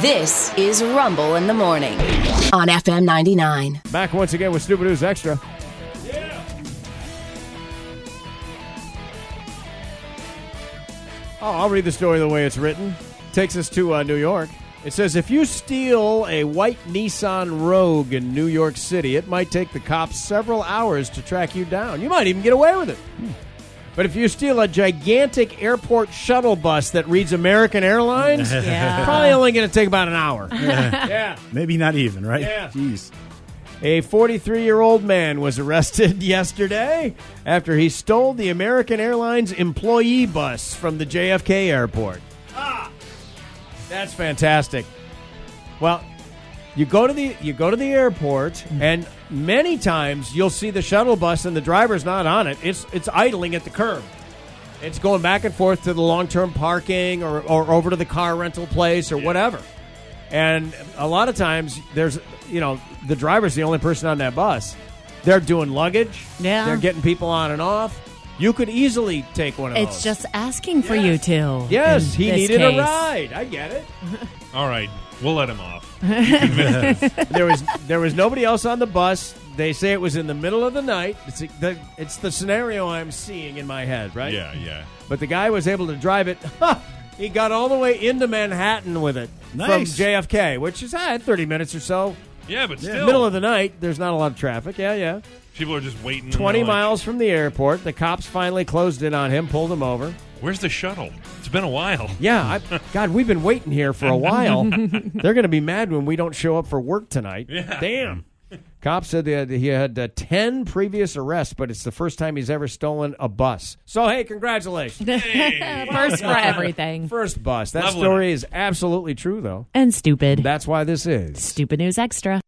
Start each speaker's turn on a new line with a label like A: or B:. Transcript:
A: This is Rumble in the Morning on FM 99.
B: Back once again with Stupid News Extra. Oh, I'll read the story the way it's written. Takes us to uh, New York. It says if you steal a white Nissan Rogue in New York City, it might take the cops several hours to track you down. You might even get away with it. But if you steal a gigantic airport shuttle bus that reads American Airlines, probably only going to take about an hour. yeah.
C: Maybe not even, right?
B: Yeah.
C: Jeez.
B: A 43 year old man was arrested yesterday after he stole the American Airlines employee bus from the JFK airport. Ah, that's fantastic. Well, you go to the you go to the airport,
D: Mm-hmm.
B: and many times you'll see the shuttle bus, and the driver's not on it. It's it's idling at the curb. It's going back and forth to the long term parking or, or over to the car rental place or whatever. And a lot of times, there's, you know, the driver's the only person on that bus. They're doing luggage.
D: Yeah.
B: They're getting people on and off. You could easily take one of
D: It's
B: those.
D: just asking for you to.
B: Yes,
D: in
B: he
D: this
B: needed
D: case.
B: a ride. I get it.
E: All right, we'll let him off.
B: there was there was nobody else on the bus. They say it was in the middle of the night. It's the, it's the scenario I'm seeing in my head, right?
E: Yeah, yeah.
B: But the guy was able to drive it. he got all the way into Manhattan with it from
C: Nice.
B: JFK, which is ah, 30 minutes or so.
E: Yeah, but still,
B: Middle of the night. There's not a lot of traffic. Yeah, yeah.
E: people are just waiting. and
B: 20
E: they're like,
B: miles from the airport. The cops finally closed in on him, pulled him over.
E: Where's the shuttle? It's been a while.
B: Yeah, I, God, we've been waiting here for a while. They're going to be mad when we don't show up for work tonight.
E: Yeah.
B: Damn. Cop said that he had uh, 10 previous arrests, but it's the first time he's ever stolen a bus. So, hey, congratulations.
D: First for everything.
B: first bus. That
E: Leveling
B: story
E: up.
B: is absolutely true, though.
D: And stupid.
B: That's why this is.
D: Stupid News Extra.